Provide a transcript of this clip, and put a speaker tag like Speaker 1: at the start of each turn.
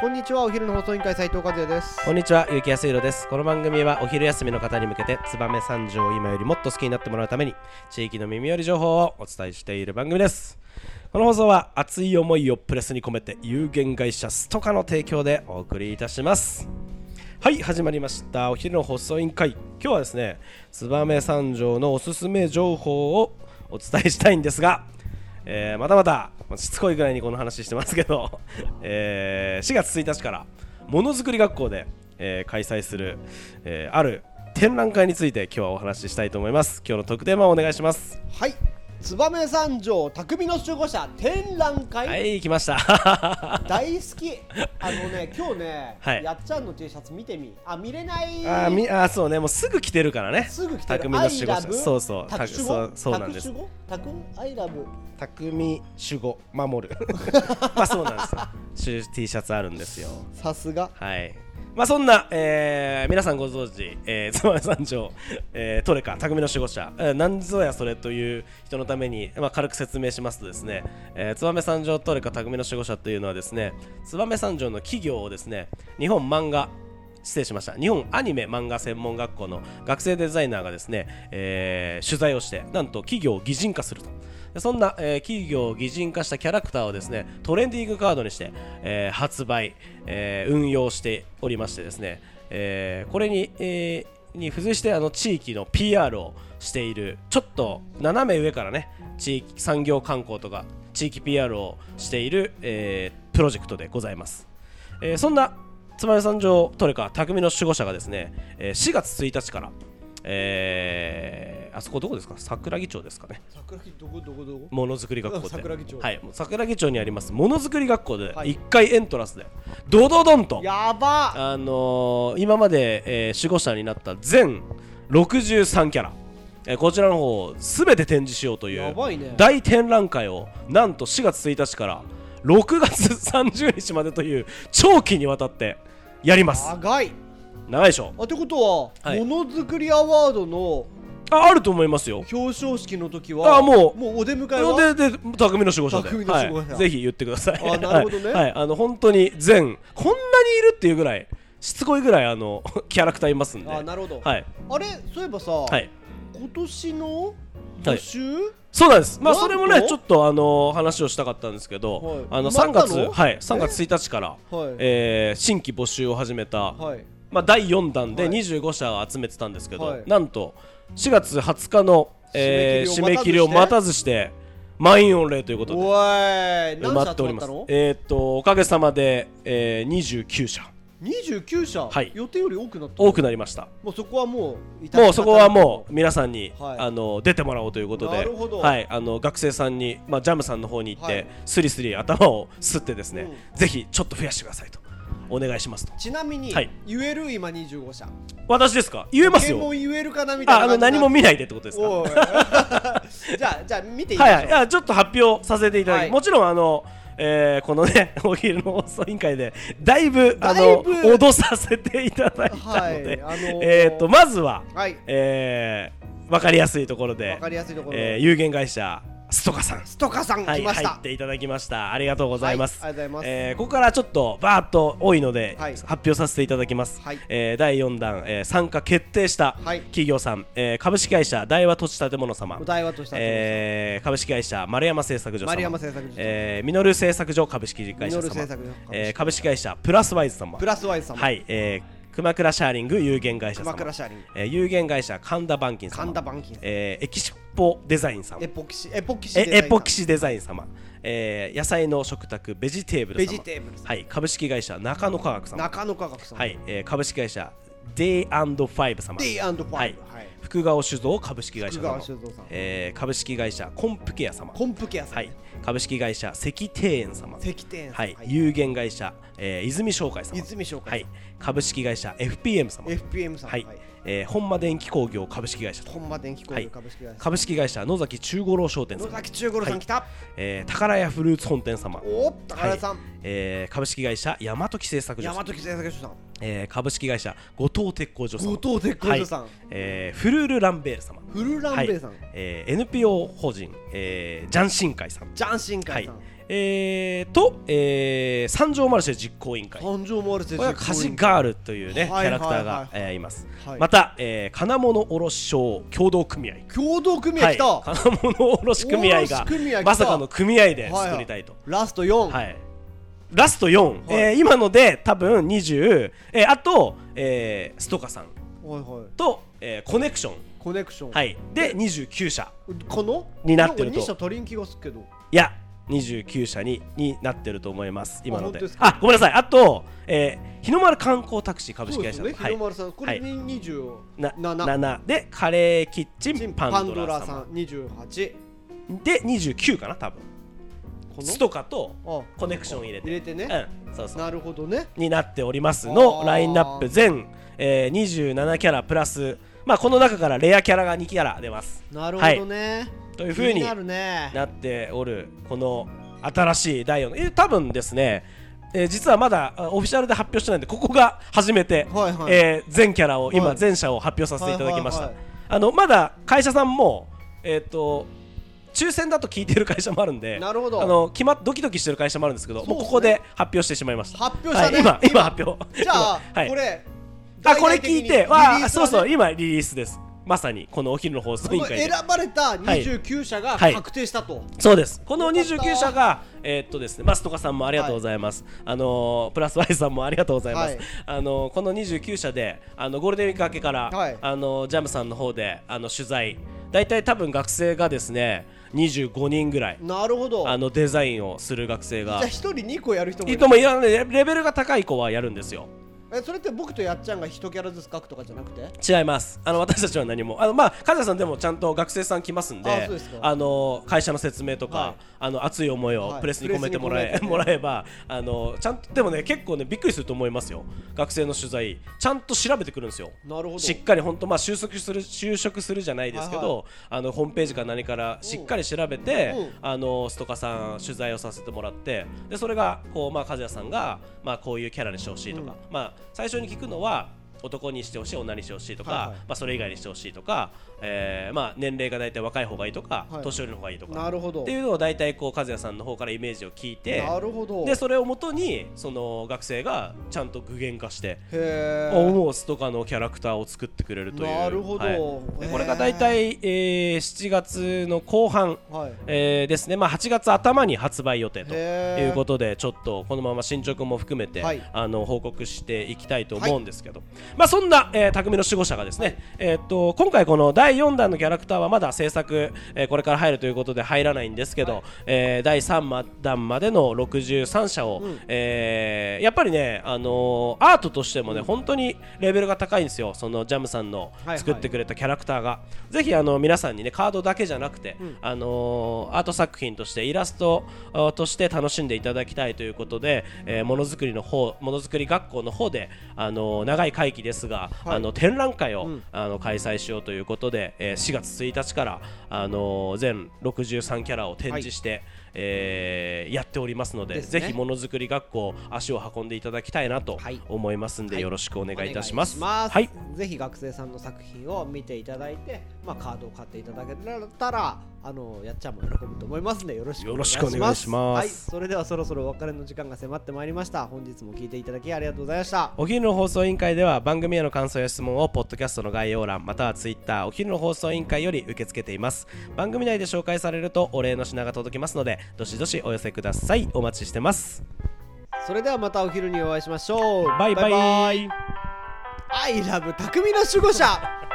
Speaker 1: こんにちはお昼の放送委員会斉藤和也です
Speaker 2: こんにちは、ゆうきやすいろです。この番組はお昼休みの方に向けて、ツバメ三条を今よりもっと好きになってもらうために、地域の耳寄り情報をお伝えしている番組です。この放送は熱い思いをプレスに込めて有限会社ストカの提供でお送りいたします。はい、始まりました。お昼の放送委員会。今日はですね、ツバメ三条のおすすめ情報をお伝えしたいんですが、えーまたまた、まあしつこいぐらいにこの話してますけど、 えー4月1日からものづくり学校で、えー開催する、えーある展覧会について今日はお話ししたいと思います今日の特テーマをお願いします
Speaker 1: はい燕三条匠の守護者展覧会、
Speaker 2: はい来ました
Speaker 1: 大好き あのね今日ね、
Speaker 2: はい
Speaker 1: やっちゃんの T シャツ見てみあ見れない
Speaker 2: あーみあーそうねもうすぐ来てるからね
Speaker 1: すぐ来てる
Speaker 2: 匠の守護者そうそう
Speaker 1: タク
Speaker 2: たそうそうなんです
Speaker 1: タクアイラブ
Speaker 2: 匠守護守るまあそうなんですよし T シャツあるんですよ
Speaker 1: さすが
Speaker 2: はい。まあそんな、えー皆さんご存知、えー、つま め三条、えートレカ、匠の守護者、えー、何ぞやそれという人のために、まあ、軽く説明しますとですね、えー、つばめ三条トレカ、匠の守護者というのはですね、つばめ三条の企業をですね、日本漫画、失礼しました日本アニメ漫画専門学校の学生デザイナーがですね、えー取材をしてなんと企業を擬人化するとでそんな、えー企業を擬人化したキャラクターをですねトレンディングカードにして、えー発売、えー運用しておりましてですね、えーこれに、えーに付随してあの地域の PR をしているちょっと斜め上からね地域産業観光とか地域 PR をしている、えープロジェクトでございます、えーそんなつまよさん上トレカ匠の守護者がですね、えー4月1日から、えーあそこどこですか桜木町ですかね
Speaker 1: 桜木どこどこどこ
Speaker 2: ものづくり学校で
Speaker 1: あ桜木町
Speaker 2: はい、もう桜木町にありますものづくり学校で
Speaker 1: はい
Speaker 2: 1階エントランスでドドドンと
Speaker 1: やば
Speaker 2: あのー今まで、えー守護者になった全63キャラ、えーこちらの方を全て展示しようとい
Speaker 1: や
Speaker 2: う
Speaker 1: ばいね
Speaker 2: 大展覧会をなんと4月1日から6月30日までという長期にわたってやります
Speaker 1: 長い
Speaker 2: 長いでしょ
Speaker 1: あってことは、
Speaker 2: はい
Speaker 1: ものづくりアワードの
Speaker 2: ああると思いますよ
Speaker 1: 表彰式の時は
Speaker 2: あもう
Speaker 1: もうお出迎えは
Speaker 2: でで匠の守護者で
Speaker 1: 匠の守護者
Speaker 2: はい、ぜひ言ってください
Speaker 1: あなるほどね
Speaker 2: はい、はいあの本当に全こんなにいるっていうぐらいしつこいぐらいあの キャラクターいますんで
Speaker 1: あなるほど、
Speaker 2: はい
Speaker 1: あれそういえばさ、
Speaker 2: はい
Speaker 1: 今年の募集、
Speaker 2: そうなんですまあ
Speaker 1: なんと
Speaker 2: それもねちょっとあの話をしたかったんですけど、
Speaker 1: はい
Speaker 2: あの
Speaker 1: 決ま
Speaker 2: 3
Speaker 1: ったの
Speaker 2: 月はい3月1日から、
Speaker 1: はい
Speaker 2: えー新規募集を始めた、
Speaker 1: はい
Speaker 2: まあ、第4弾
Speaker 1: は
Speaker 2: で
Speaker 1: い
Speaker 2: 25社を集めてたんですけど、
Speaker 1: はい
Speaker 2: なんと4月20日の、えー
Speaker 1: 締
Speaker 2: 締
Speaker 1: め
Speaker 2: め
Speaker 1: 切
Speaker 2: 切
Speaker 1: り
Speaker 2: り
Speaker 1: を
Speaker 2: を
Speaker 1: 待
Speaker 2: 待
Speaker 1: た
Speaker 2: たずして満員御礼ということで
Speaker 1: おーい
Speaker 2: 埋
Speaker 1: 何
Speaker 2: ま
Speaker 1: 社
Speaker 2: って
Speaker 1: 集
Speaker 2: お
Speaker 1: まっ
Speaker 2: りま
Speaker 1: た
Speaker 2: す
Speaker 1: の
Speaker 2: えーっとおかげさまで、えー、29社
Speaker 1: 29社、
Speaker 2: はい
Speaker 1: 予定より多くなった
Speaker 2: 多くなりました
Speaker 1: もうそこはもう致し方
Speaker 2: もうそこはもう皆さんに、
Speaker 1: はい
Speaker 2: あの出てもらおうということ
Speaker 1: な
Speaker 2: で
Speaker 1: るほど、
Speaker 2: はい、あの学生さんに、まあ、ジャムさんの方に行って、
Speaker 1: はい
Speaker 2: スリスリ頭をすってですね、ぜひちょっと増やしてくださいとお願いしますと
Speaker 1: ちなみに、
Speaker 2: はい
Speaker 1: 言える今25社
Speaker 2: 私ですか言えます
Speaker 1: ポケモ
Speaker 2: よ
Speaker 1: ン言えるかなみたいな
Speaker 2: ああの
Speaker 1: 感
Speaker 2: 何
Speaker 1: じ
Speaker 2: も
Speaker 1: なん
Speaker 2: 見ないでってことですか
Speaker 1: おいじゃあじゃあ見ていいでしょ
Speaker 2: はいはい、いやちょっと発表させていただき、
Speaker 1: はい
Speaker 2: もちろんあの、えーこのね お昼の放送委員会でだいぶあの
Speaker 1: だいぶ
Speaker 2: 脅させていただいたので、
Speaker 1: はいあのー
Speaker 2: えっ、とまずは、
Speaker 1: はい
Speaker 2: えー、わかりやすいところで
Speaker 1: わかりやすいところ
Speaker 2: えー有限会社ストカさん
Speaker 1: ストカさん
Speaker 2: は
Speaker 1: 来
Speaker 2: い、
Speaker 1: まし
Speaker 2: 入
Speaker 1: た、
Speaker 2: っていただきました。ありがとうございます。
Speaker 1: はいありがとうございます
Speaker 2: えーここからちょっとバーっと多いので、
Speaker 1: はい
Speaker 2: 発表させていただきます。
Speaker 1: はい
Speaker 2: えー第4弾、えー参加決定した
Speaker 1: はい
Speaker 2: 企業さん、えー株式会社大和土地建物様
Speaker 1: お、題はとした
Speaker 2: えー株式会社丸山製作所様、
Speaker 1: 丸山製作所様
Speaker 2: えーミノル製作所株式会社
Speaker 1: ミノル製
Speaker 2: 様
Speaker 1: 作所株式会社、
Speaker 2: えー株式会社プラスワイズ様
Speaker 1: プ、ラスワイズ様、
Speaker 2: はい、えー熊倉シャーリング有限会社様、
Speaker 1: 熊倉シャーリング
Speaker 2: えー有限会社神田板金様、
Speaker 1: 神田板金様
Speaker 2: えーエキシポデザイン様
Speaker 1: エ、ポキシエポキシデザイン
Speaker 2: え
Speaker 1: さ
Speaker 2: エ
Speaker 1: ん
Speaker 2: ポキシデザイン様、えー野菜の食卓ベジテーブル
Speaker 1: ベ
Speaker 2: 様
Speaker 1: ジテーブル様
Speaker 2: はい、株式会社中野科学様、
Speaker 1: 中野科学さん、
Speaker 2: はいえー株式会社デイファイブ様、
Speaker 1: D&5、
Speaker 2: はい福川酒造株式会社
Speaker 1: 福川
Speaker 2: 様
Speaker 1: 酒造さん、
Speaker 2: えー株式会社コンプケア様、
Speaker 1: コンプケアさん、
Speaker 2: はい、株式会社石庭園様、
Speaker 1: 石庭園さん
Speaker 2: はい、有限会社、えー泉商会様
Speaker 1: 泉商会
Speaker 2: はい、株式会社 FPM 様、
Speaker 1: FPM さん、
Speaker 2: はいえー本間電機工業株式会社
Speaker 1: 本間電機工業株式会社、
Speaker 2: 株式会社野崎中五郎商店
Speaker 1: 野
Speaker 2: 様
Speaker 1: 崎中五郎さん来た、
Speaker 2: えー宝屋フルーツ本店様
Speaker 1: おお高田さん、
Speaker 2: はいえー株式会社大和木製作所
Speaker 1: 大
Speaker 2: 様
Speaker 1: 和木製作所さん
Speaker 2: えー株式会社後藤鉄工所様
Speaker 1: 後藤鉄工所さん
Speaker 2: はいえーフルール・ランベール様
Speaker 1: フルランベイさん、
Speaker 2: はいえー NPO 法人、えー、ジャン新会さん
Speaker 1: ジャンシン会さん、
Speaker 2: はいえーと、えー三条マルシェ実行委員会こ
Speaker 1: 誕生もある先
Speaker 2: れはカジガールというねキ
Speaker 1: はい
Speaker 2: ャラクター
Speaker 1: はい
Speaker 2: が
Speaker 1: はい
Speaker 2: えーいます
Speaker 1: はい
Speaker 2: また、えー金物卸商協同組合
Speaker 1: 共同組合
Speaker 2: は
Speaker 1: 来
Speaker 2: い、
Speaker 1: た、
Speaker 2: 金物卸組合
Speaker 1: 卸組合
Speaker 2: が
Speaker 1: 来た
Speaker 2: まさかの組合で作りたいと、
Speaker 1: ラスト4、
Speaker 2: はい、ラスト4、えー今ので多分20、えーあと、えーストカさん
Speaker 1: はいはい
Speaker 2: と、えーコネクション、
Speaker 1: コネクション、
Speaker 2: はい、で29社
Speaker 1: この
Speaker 2: になってると
Speaker 1: なんか2社足りん気がするけど
Speaker 2: いや29社にになってると思います今ので
Speaker 1: あ本当ですか
Speaker 2: あごめんなさいあと、えー日の丸観光タクシー株
Speaker 1: そう
Speaker 2: 式
Speaker 1: で
Speaker 2: 会
Speaker 1: す
Speaker 2: 社
Speaker 1: よね、
Speaker 2: は
Speaker 1: 日の
Speaker 2: い
Speaker 1: 丸さんこれ
Speaker 2: は
Speaker 1: に27、
Speaker 2: な7でカレーキッチンパ
Speaker 1: パ
Speaker 2: ン
Speaker 1: ン
Speaker 2: ド
Speaker 1: ド
Speaker 2: ラ
Speaker 1: ラ
Speaker 2: さ
Speaker 1: さ
Speaker 2: ん
Speaker 1: ん28
Speaker 2: で29かな多分
Speaker 1: こ
Speaker 2: ストカと
Speaker 1: あ
Speaker 2: コネクション入れて
Speaker 1: 入れてね、
Speaker 2: うん、そうそう
Speaker 1: なるほどね
Speaker 2: になっておりますの
Speaker 1: あー
Speaker 2: ラインナップ全、えー、27キャラプラス、まあ、この中からレアキャラが2キャラ出ます
Speaker 1: なるほどね、
Speaker 2: というふう
Speaker 1: 気
Speaker 2: に
Speaker 1: なるね
Speaker 2: なっておるこの新しい第4のえ多分ですね、えー実はまだあオフィシャルで発表してないんでここが初めて、
Speaker 1: はいはい
Speaker 2: えー全キャラを今、
Speaker 1: はい
Speaker 2: 全社を発表させていただきました、
Speaker 1: はいはい
Speaker 2: あのまだ会社さんもえっ、と抽選だと聞いてる会社もあるんで
Speaker 1: なるほど
Speaker 2: あの決まっドキドキしてる会社もあるんですけど
Speaker 1: そうっすね
Speaker 2: もうここで発表してしまいました
Speaker 1: 発表したね
Speaker 2: はい今今発表
Speaker 1: じゃあ、
Speaker 2: 今はい
Speaker 1: これ
Speaker 2: あこれ聞いてわあそう
Speaker 1: う
Speaker 2: そう今リリースですまさにこのお昼の放送委員会で
Speaker 1: 選ばれた29社が
Speaker 2: はい
Speaker 1: 確定したと、
Speaker 2: そうですこの
Speaker 1: よかった
Speaker 2: 29社が、えーっとですね、マストカさんもありがとうございます、あのープラスワイさんもありがとうございます、
Speaker 1: はい
Speaker 2: あのーこの29社であのゴールデンウィーク明けから、
Speaker 1: はい
Speaker 2: あのージャムさんの方であの取材大体多分学生がですね25人ぐらい
Speaker 1: なるほど
Speaker 2: あのデザインをする学生
Speaker 1: じゃ
Speaker 2: が
Speaker 1: あ1人2個やる人もい
Speaker 2: い
Speaker 1: る
Speaker 2: ともいらないレレベルが高い子はやるんですよ
Speaker 1: えそれって僕とやっちゃんが1キャラずつ書くとかじゃなくて
Speaker 2: 違いますあの私たちは何もあのまあ梶田さんでもちゃんと学生さん来ますんで
Speaker 1: あそうですか
Speaker 2: あの会社の説明とか、
Speaker 1: はい
Speaker 2: あの熱い思いを
Speaker 1: はい
Speaker 2: プレスに込めても
Speaker 1: プ
Speaker 2: らえ
Speaker 1: レスに込めてね
Speaker 2: もらえばあのちゃんとでもね結構ねびっくりすると思いますよ学生の取材ちゃんと調べてくるんですよ
Speaker 1: なるほど
Speaker 2: しっかり本当まあ就職する就職するじゃないですけど、
Speaker 1: はいは
Speaker 2: あのホームページか何からしっかり調べて、
Speaker 1: うん
Speaker 2: あのストカさん取材をさせてもらってでそれがこうまあ和也さんがまあこういうキャラにしてほしいとか、まあ最初に聞くのは男にしてほしい女にしてほしいとか、
Speaker 1: はいはい
Speaker 2: まあそれ以外にしてほしいとか、えーまあ年齢が大体若い方がいいとか、
Speaker 1: はい
Speaker 2: 年寄りの方がいいとか
Speaker 1: なるほど
Speaker 2: っていうのを大体こう和也さんの方からイメージを聞いて
Speaker 1: なるほど
Speaker 2: でそれをもとにその学生がちゃんと具現化して
Speaker 1: へー
Speaker 2: 思うストカのキャラクターを作ってくれるという
Speaker 1: なるほど
Speaker 2: はい
Speaker 1: へ
Speaker 2: で
Speaker 1: ー
Speaker 2: これが大体、えー7月の後半、
Speaker 1: はい
Speaker 2: えーですね、まあ、8月頭に発売予定と
Speaker 1: へー
Speaker 2: いうことでちょっとこのまま進捗も含めて、
Speaker 1: はい
Speaker 2: あの報告していきたいと思うんですけど、まあ、そんな、えー匠の守護者がですね、えーっと今回この第4弾のキャラクターはまだ制作、えーこれから入るということで入らないんですけど、えー第3弾までの63社を、えーやっぱりね、あのーアートとしてもね本当にレベルが高いんですよそのジャムさんの
Speaker 1: はい
Speaker 2: 作ってくれたキャラクターが、ぜひあの皆さんにねカードだけじゃなくて、あのーアート作品としてイラストあとして楽しんでいただきたいということで、えーものづくりの方ものづくり学校の方で、あのー長い会期ですが、
Speaker 1: はい
Speaker 2: あの展覧会を、
Speaker 1: うん
Speaker 2: あの開催しようということで、えー4月1日から、あのー全63キャラを展示して、えーやっておりますので
Speaker 1: です
Speaker 2: ぜ
Speaker 1: ね
Speaker 2: ひものづくり学校足を運んでいただきたいなと
Speaker 1: はい
Speaker 2: 思いますんで、
Speaker 1: はい
Speaker 2: よろしくお願いいたし
Speaker 1: お願いします
Speaker 2: はい
Speaker 1: ぜひ学生さんの作品を見ていただいて、まあ、カードを買っていただけたらあのやっちゃんも喜ぶと思いますのでよろしくお願いします
Speaker 2: よろしくお願いします
Speaker 1: はい、それではそろそろお別れの時間が迫ってまいりました本日も聞いていただきありがとうございました
Speaker 2: お昼の放送委員会では番組への感想や質問をポッドキャストの概要欄またはツイッターお昼の放送委員会より受け付けています番組内で紹介されるとお礼の品が届きますのでどしどしお寄せくださいお待ちしてます
Speaker 1: それではまたお昼にお会いしましょう
Speaker 2: バイバ
Speaker 1: バ
Speaker 2: イ
Speaker 1: イバイ I love 匠の守護者